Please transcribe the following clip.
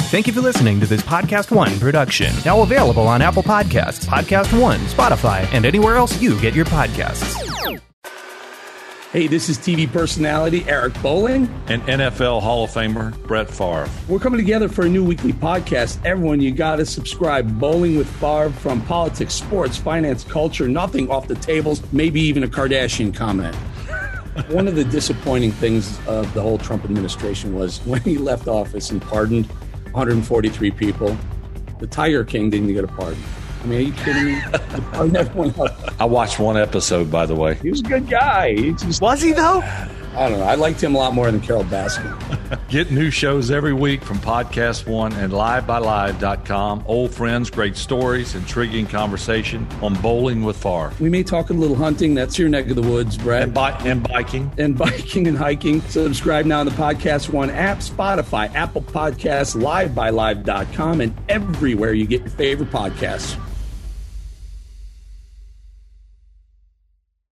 Thank you for listening to this Podcast One production. Now available on Apple Podcasts, Podcast One, Spotify, and anywhere else you get your podcasts. Hey, this is TV personality Eric Bowling. and NFL Hall of Famer Brett Favre. We're coming together for a new weekly podcast. Everyone, you got to subscribe. Bowling with Favre from politics, sports, finance, culture, nothing off the tables, maybe even a Kardashian comment. One of the disappointing things of the whole Trump administration was when he left office and pardoned 143 people, the Tiger King didn't get a pardon. I mean, are you kidding me? He pardoned everyone else. I watched one episode, by the way. He was a good guy. He just, Was he though? I don't know. I liked him a lot more than Carol Baskin. Get new shows every week from Podcast One and livebylive.com. Old friends, great stories, intriguing conversation on bowling with Favre. We may talk a little hunting. That's your neck of the woods, Brett. And, bi- and biking. and biking and hiking. Subscribe now on the Podcast One app, Spotify, Apple Podcasts, livebylive.com, and everywhere you get your favorite podcasts.